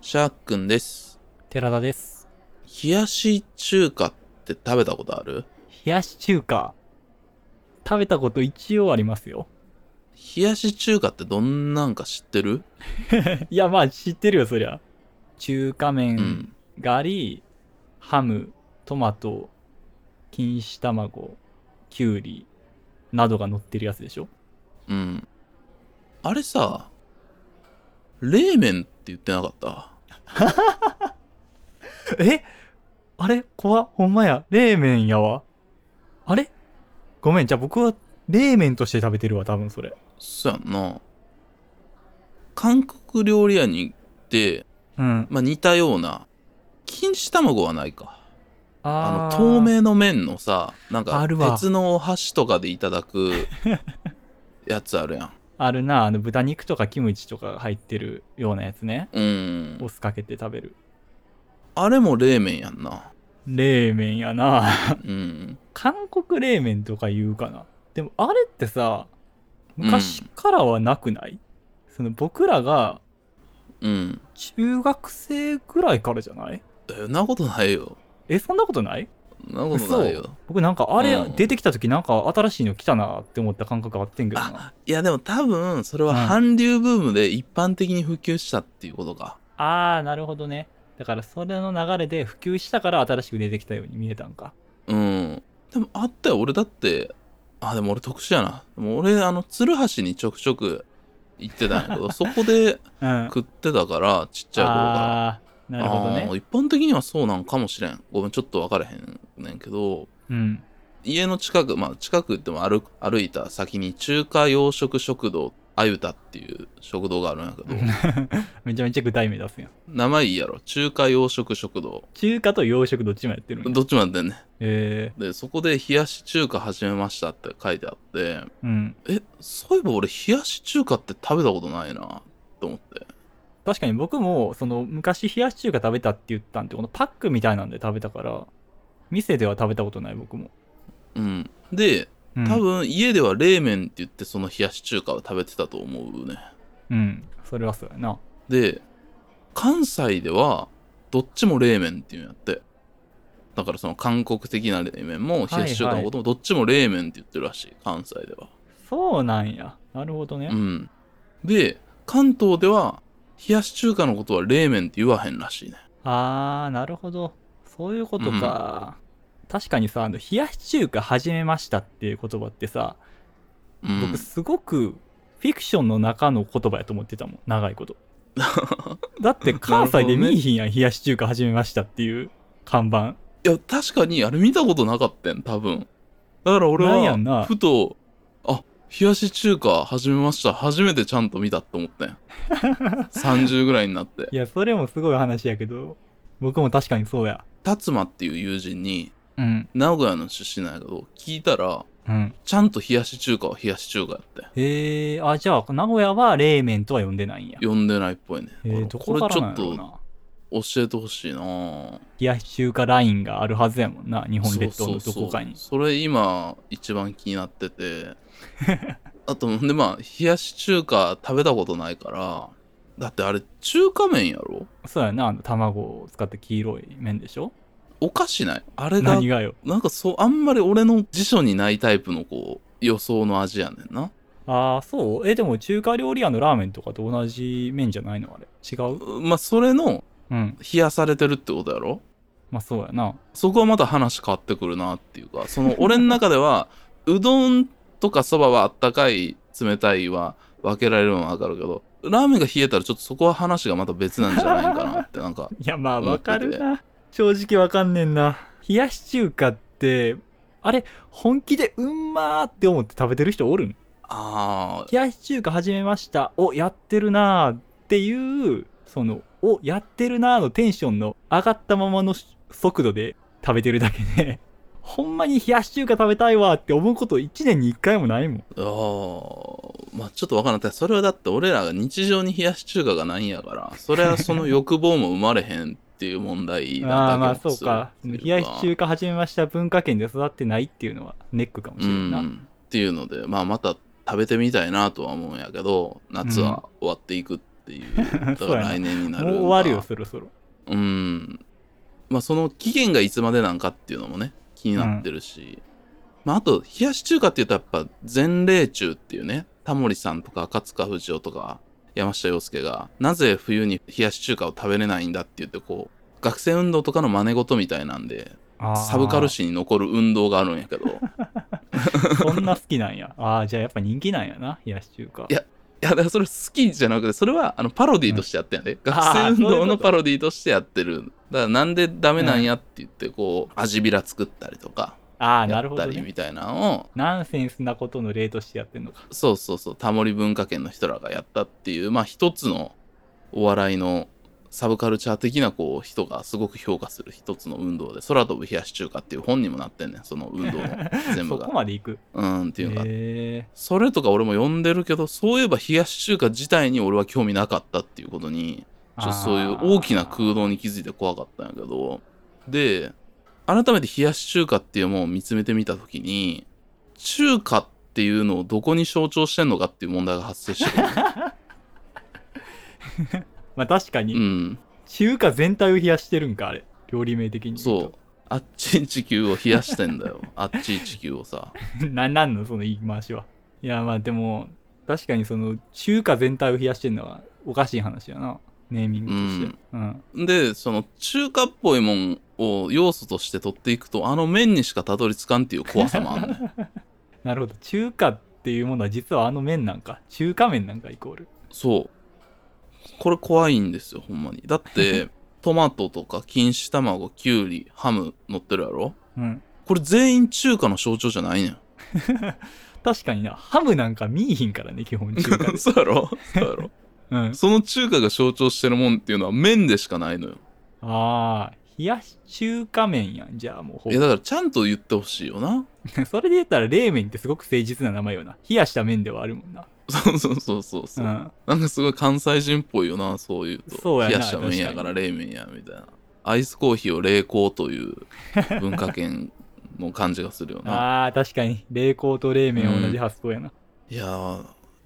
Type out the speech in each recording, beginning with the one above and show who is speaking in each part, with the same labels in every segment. Speaker 1: シャーくんです。
Speaker 2: 寺田です。
Speaker 1: 冷やし中華って食べたことある
Speaker 2: 冷やし中華。食べたこと一応ありますよ。
Speaker 1: 冷やし中華ってどんなんか知ってる
Speaker 2: いや、まあ知ってるよ、そりゃ。中華
Speaker 1: う
Speaker 2: 麺
Speaker 1: ん。
Speaker 2: があり、ハム、トマト、錦糸卵、きゅうりなどが乗ってるやつでしょ
Speaker 1: うん。あれさ、冷麺って言ってなかった
Speaker 2: えあれ怖っほんまや。冷麺やわ。あれごめん、じゃあ僕は冷麺として食べてるわ、多分それ。
Speaker 1: そうやんな。韓国料理屋に行って、
Speaker 2: うん。
Speaker 1: まあ、似たような、錦糸卵はないか。あの、
Speaker 2: ー
Speaker 1: 透。明の麺のさ、なん
Speaker 2: あ
Speaker 1: か、
Speaker 2: るわ
Speaker 1: 鉄のお箸とかでいただく やつあるやん。
Speaker 2: あるな、あの豚肉とかキムチとかが入ってるようなやつね。
Speaker 1: うん。
Speaker 2: お酢かけて食べる。
Speaker 1: あれも冷麺やんな。
Speaker 2: 冷麺やな。
Speaker 1: うん。
Speaker 2: 韓国冷麺とか言うかな。でもあれってさ、昔からはなくない、その僕らが
Speaker 1: うん。
Speaker 2: 中学生ぐらいからじゃない
Speaker 1: だよなことないよ。
Speaker 2: え、そんなことない
Speaker 1: なことないよ。
Speaker 2: 僕なんかあれ
Speaker 1: うん
Speaker 2: 出てきた時なんか新しいの来たなって思った感覚あってんけどな。
Speaker 1: あ、いやでも多分、それは韓流ブームで一般的に普及したっていうことか。
Speaker 2: あー、なるほどね。だからそれの流れで普及したから新しく出てきたように見えたんか。
Speaker 1: うん。でもあったよ。俺だって、あ、でも俺特殊やな。でも俺、あの、鶴橋にちょくちょく行ってたんや けど、そこで
Speaker 2: うん。
Speaker 1: 食ってたから、ちっちゃい頃から。
Speaker 2: あー、なるほど
Speaker 1: あー
Speaker 2: ね。
Speaker 1: 一般的にはそうなんかもしれん。ごめん、ちょっと分からへんねんけど、
Speaker 2: うん。
Speaker 1: 家の近く、まあ近くっても歩歩いた先に中華洋食食堂、あゆたっていう食堂があるんやけど、
Speaker 2: めちゃめちゃ具体名出すやん。
Speaker 1: 名前いいやろ中華洋食食堂
Speaker 2: 中華と洋食どっちもやってるんや
Speaker 1: どっちもやってんね
Speaker 2: え
Speaker 1: でそこで冷やし中華始めましたって書いてあって
Speaker 2: ー、うん。
Speaker 1: えそういえば俺冷やし中華って食べたことないなと思って
Speaker 2: 確かに僕もその昔冷やし中華食べたって言ったんでこのパックみたいなんで食べたから店では食べたことない僕も、
Speaker 1: うんで
Speaker 2: うん、
Speaker 1: 多分家では冷麺って言ってその冷やし中華を食べてたと思うね
Speaker 2: うんそれはそうやな
Speaker 1: で関西ではどっちも冷麺っていうんやってだからその韓国的な冷麺も冷やし中華のこともどっちも冷麺って言ってるらしい関西では
Speaker 2: そうなんやなるほどね、
Speaker 1: うん。で、関東では、冷やし中華のことは冷麺って言わへんらしいね。
Speaker 2: あーなるほどそういうことか、確かにさあの冷やし中華始めましたっていう言葉ってさ
Speaker 1: うん。
Speaker 2: 僕すごくフィクションの中の言葉やと思ってたもん長いこと だって関西で見いひんやん、冷やし中華始めましたっていう看板
Speaker 1: いや、確かに、あれ見たことなかったん、多分。だから俺
Speaker 2: ないやんな
Speaker 1: は、ふと、あ、冷やし中華始めました。初めてちゃんと見たって思ったん。30ぐら いになって。
Speaker 2: いや、それもすごい話やけど、僕も確かにそうや。
Speaker 1: 辰馬っていう友人に、
Speaker 2: うん。
Speaker 1: 名古屋の出身なんやけど、聞いたら、
Speaker 2: うん。
Speaker 1: ちゃんと冷やし中華は冷やし中華やって。
Speaker 2: へえー、あ、じゃあ、名古屋は冷麺とは呼んでないんや。
Speaker 1: 呼んでないっぽいね。
Speaker 2: えー、どこからなん
Speaker 1: れ
Speaker 2: やろうな。
Speaker 1: ちょっと教えてほしいなぁ。
Speaker 2: 冷やし中華ラインがあるはずやもんな、日本列島のどこかに。
Speaker 1: そうそうそうそれ今一番気になってて あとでまあ冷やし中華食べたことないからだってあれ中華麺やろ
Speaker 2: そうやな、あの卵を使った黄色い麺でしょ
Speaker 1: おかしないあれが
Speaker 2: 何がよ。
Speaker 1: なんかそうあんまり俺の辞書にないタイプのこう予想の味やねんな
Speaker 2: ああ、そうえ、でも中華料理屋のラーメンとかと同じ麺じゃないのあれ。違う
Speaker 1: まあそれの
Speaker 2: うん。
Speaker 1: 冷やされてるってことやろ
Speaker 2: まあそうやな。
Speaker 1: そこはまた話変わってくるなっていうかその俺の中では うどんとかそばはあったかい冷たいは分けられるのは分かるけどラーメンが冷えたらちょっとそこは話がまた別なんじゃないかなってなんか
Speaker 2: いや、まあ、
Speaker 1: 思っ
Speaker 2: わ
Speaker 1: てて
Speaker 2: かるな。正直わかんねんな。冷やし中華って、あれ、本気でうんまーって思って食べてる人おるん
Speaker 1: ああ
Speaker 2: 冷やし中華始めました。お、やってるなーっていう、その、お、やってるなーのテンションの上がったままの速度で食べてるだけで、 ほんまに冷やし中華食べたいわって思うこと1年に1回もないもん。
Speaker 1: あーまあちょっと分からないそれはだって俺らが日常に冷やし中華がないんやからそれはその欲望も生まれへんっていう問題
Speaker 2: ああー、
Speaker 1: な
Speaker 2: ま
Speaker 1: だ
Speaker 2: あ
Speaker 1: け
Speaker 2: そうか。冷やし中華始めました文化圏で育ってないっていうのはネックかもし
Speaker 1: う
Speaker 2: れんな。
Speaker 1: ん、っていうので、まあ、また食べてみたいなとは思うんやけど夏は終わっていくっていう
Speaker 2: そうやな
Speaker 1: 来年にな
Speaker 2: も
Speaker 1: る
Speaker 2: うん
Speaker 1: だ
Speaker 2: 終わるよそろそろ
Speaker 1: うんまあその期限がいつまでなんかっていうのもね気になってるし、まああと冷やし中華っていうとやっぱ前例中っていうねタモリさんとか赤塚不二夫とか山下洋介がなぜ冬に冷やし中華を食べれないんだって言ってこう学生運動とかの真似事みたいなんで
Speaker 2: あー
Speaker 1: サブカル史に残る運動があるんやけどい
Speaker 2: そんな好きなんやああじゃあやっぱ人気なんやな冷やし中華
Speaker 1: いややだからそれ好きじゃなくてそれはあのパロディーとしてやってんやで、学
Speaker 2: あ
Speaker 1: 生
Speaker 2: ー
Speaker 1: 運
Speaker 2: そうい
Speaker 1: 動
Speaker 2: うこと
Speaker 1: のパロディーとしてやってるだからなんでダメなんやって言ってこう味びら作ったりとか
Speaker 2: ああ
Speaker 1: や
Speaker 2: なる
Speaker 1: っ
Speaker 2: ほ
Speaker 1: た
Speaker 2: ど、
Speaker 1: り
Speaker 2: ね、
Speaker 1: みたいなのを
Speaker 2: ナンセンスなことの例としてやってんのか
Speaker 1: そうそうそうタモリ文化圏の人らがやったっていうまあ一つのお笑いのサブカルチャー的なこう人がすごく評価する一つの運動で「空飛ぶ冷やし中華」っていう本にもなってんねんその運動の全部
Speaker 2: そこ
Speaker 1: が。
Speaker 2: までいく
Speaker 1: うんっていうのがあって
Speaker 2: へ
Speaker 1: それとか俺も読んでるけどそういえば冷やし中華自体に俺は興味なかったっていうことに
Speaker 2: ー
Speaker 1: ちょっとそういう
Speaker 2: あー
Speaker 1: 大きな空洞に気づいて怖かったんやけどで改めて冷やし中華っていうものを見つめてみた時に中華っていうのをどこに象徴してんのかっていう問題が発生してくる、
Speaker 2: まあ確かに、
Speaker 1: うん、
Speaker 2: 中華全体を冷やしてるんかあれ料理名的に言
Speaker 1: そうあっち地球を冷やしてんだよあっち地球をさ
Speaker 2: う ななんのその言い回しはいやまあでも確かにその中華全体を冷やしてるのはおかしい話やなネーミングとしてうん、
Speaker 1: でその中華っぽいもんを要素として取っていくとあの麺にしかたどり着かんっていう怖さもあんねん
Speaker 2: なるほど中華っていうものは実はあの麺なんか中華麺なんかイコール
Speaker 1: そうこれ怖いんですよほんまにだって トマトとか錦糸卵きゅうりハム乗ってるやろ
Speaker 2: うん
Speaker 1: これ全員中華の象徴じゃない ねん
Speaker 2: 確かになハムなんか見いひんからね基本中 華で
Speaker 1: そうやろそうや ろ
Speaker 2: うん
Speaker 1: その中華が象徴してるもんっていうのは麺でしかないのよ
Speaker 2: ああ冷やし中華麺やんじゃあもうほ
Speaker 1: いやだからちゃんと言ってほしいよな
Speaker 2: ぼ それで言ったら冷麺ってすごく誠実な名前よな冷やした麺ではあるもんな
Speaker 1: そうそうそうそうそうう、
Speaker 2: ん
Speaker 1: なんかすごい関西人っぽいよなそういうと
Speaker 2: そうやな
Speaker 1: 冷やした麺やから冷麺やみたいなアイスコーヒーを冷凍という文化圏の感じがするよな
Speaker 2: あー確かに冷凍と冷麺は同じ発想やな、
Speaker 1: いやー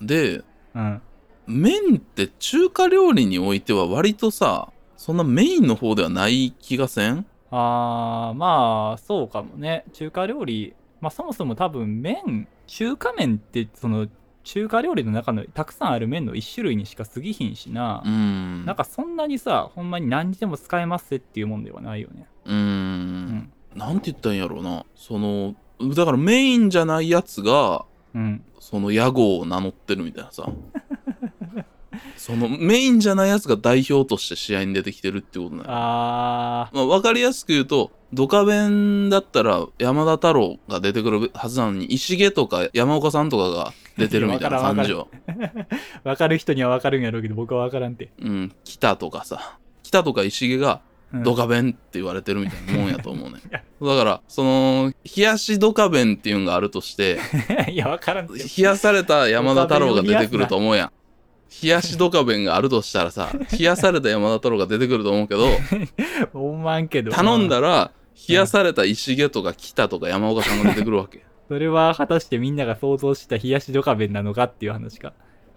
Speaker 1: で
Speaker 2: うん
Speaker 1: 麺って中華料理においては割とさそんなメインの方ではない気がせん
Speaker 2: あーまあそうかもね中華料理まあそもそも多分麺中華麺ってその中華料理の中のたくさんある麺の一種類にしか過ぎひんしな
Speaker 1: う、ん
Speaker 2: なんかそんなにさほんまに何にでも使えますぜっていうもんではないよね
Speaker 1: うー
Speaker 2: うんん
Speaker 1: なんて言ったらいいんやろうなそのだからメインじゃないやつが
Speaker 2: うん
Speaker 1: その屋号を名乗ってるみたいなさそのメインじゃないやつが代表として試合に出てきてるってことなの
Speaker 2: あ
Speaker 1: まあ、分かりやすく言うとドカベンだったら山田太郎が出てくるはずなのに石毛とか山岡さんとかが出てるみたいな感じよ
Speaker 2: ー分かる人には分かるんやろうけど僕は分からんて、
Speaker 1: うん、北とかさ北とか石毛が
Speaker 2: うん
Speaker 1: ドカベンって言われてるみ たいなもんやと思うね、だからその冷やしドカベンっていうのがあるとして
Speaker 2: いや分からんて
Speaker 1: 冷やされた山田太郎が出てくると思うやん冷やしドカベンがあるとしたらさ冷やされた山田太郎が出てくると思うけど
Speaker 2: 思わんけど
Speaker 1: 頼んだら冷やされた石毛とか北とか山岡さんが出てくるわけ
Speaker 2: それは果たしてみんなが想像した冷やしドカベンなのかっていう話か。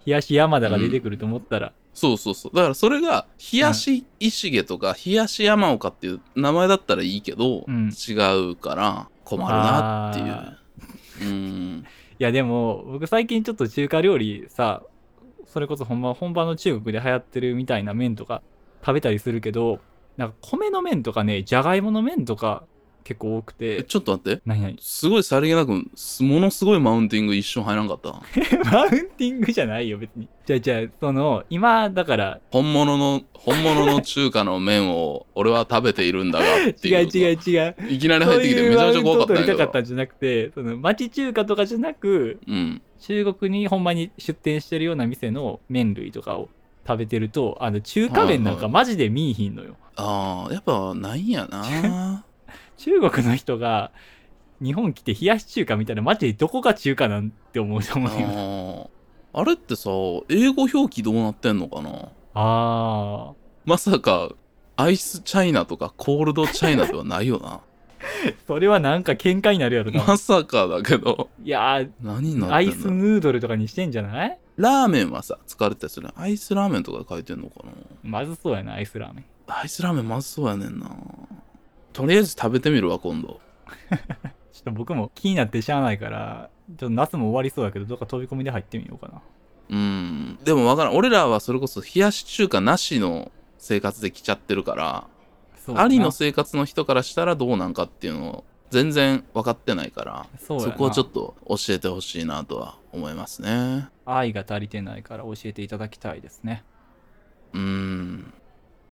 Speaker 2: 冷やし山田が出てくると思ったら、
Speaker 1: そうそうそうだからそれが冷やし石毛とか冷やし山岡っていう名前だったらいいけど、
Speaker 2: うん
Speaker 1: 違うから困るなっていう
Speaker 2: あ
Speaker 1: うん
Speaker 2: いやでも僕最近ちょっと中華料理さ、それこそほんま本場の中国で流行ってるみたいな麺とか食べたりするけど、なんか米の麺とかね、じゃがいもの麺とか結構多く
Speaker 1: え
Speaker 2: て、
Speaker 1: ちょっと待って
Speaker 2: 何何
Speaker 1: すごいさりげなくすものすごいマウンティング一瞬入らんかった
Speaker 2: マウンティングじゃないよ別に。じゃあじゃあその、今だから、
Speaker 1: 本物の本物の中華の麺を俺は食べているんだがって
Speaker 2: 違
Speaker 1: いう
Speaker 2: う違う違う。
Speaker 1: ういきなり
Speaker 2: そう
Speaker 1: 入ってきて
Speaker 2: い
Speaker 1: め
Speaker 2: う
Speaker 1: ちゃ
Speaker 2: マウ
Speaker 1: めち
Speaker 2: ン
Speaker 1: ゃ
Speaker 2: ト
Speaker 1: 怖
Speaker 2: を
Speaker 1: かっ
Speaker 2: 取
Speaker 1: た
Speaker 2: り
Speaker 1: んや
Speaker 2: たか
Speaker 1: け
Speaker 2: った
Speaker 1: ど
Speaker 2: んじゃなくて、その町中華とかじゃなく、
Speaker 1: うん
Speaker 2: 中国にほんまに出店してるような店の麺類とかを食べてるとあの中華麺な
Speaker 1: はい
Speaker 2: ん
Speaker 1: は
Speaker 2: か
Speaker 1: い
Speaker 2: マジで見いひんのよ、
Speaker 1: ああやっぱないんや な
Speaker 2: 中国の人が日本来て冷やし中華みたいなマジでどこが中華なんて思うと
Speaker 1: あ
Speaker 2: 思うよ
Speaker 1: ーあれってさ英語表記どうなってんのかな
Speaker 2: あ
Speaker 1: まさかアイスチャイナとかコールドチャイナではないよ な
Speaker 2: ーそれはなんか喧嘩になるやろな、
Speaker 1: まさかだけど
Speaker 2: いやー
Speaker 1: 何にな
Speaker 2: ア
Speaker 1: って
Speaker 2: イ
Speaker 1: ん
Speaker 2: ス
Speaker 1: だ
Speaker 2: ヌードルとかにしてんじゃない
Speaker 1: ラーメンはさ、使われてたりするね。アイスラーメンとか書いてんのか
Speaker 2: まずそうやなアイスラーメン
Speaker 1: なアイスラーメンまずそうやねんな。とりあえず食べてみるわ、今度。
Speaker 2: ちょっと僕も気になってしゃあないからちょっと夏も終わりそうやけどどっか飛び込みで入ってみようかな
Speaker 1: うん。でもわからん。俺らはそれこそ冷やし中華なしの生活で来ちゃってるから、
Speaker 2: そうやな
Speaker 1: ありの生活の人からしたらどうなんかっていうのを全然分かってないから、
Speaker 2: そうや
Speaker 1: そ
Speaker 2: な
Speaker 1: こをちょっと教えてほしいなとは思いますね。
Speaker 2: 愛が足りてないから教えていただきたいですね
Speaker 1: うーん。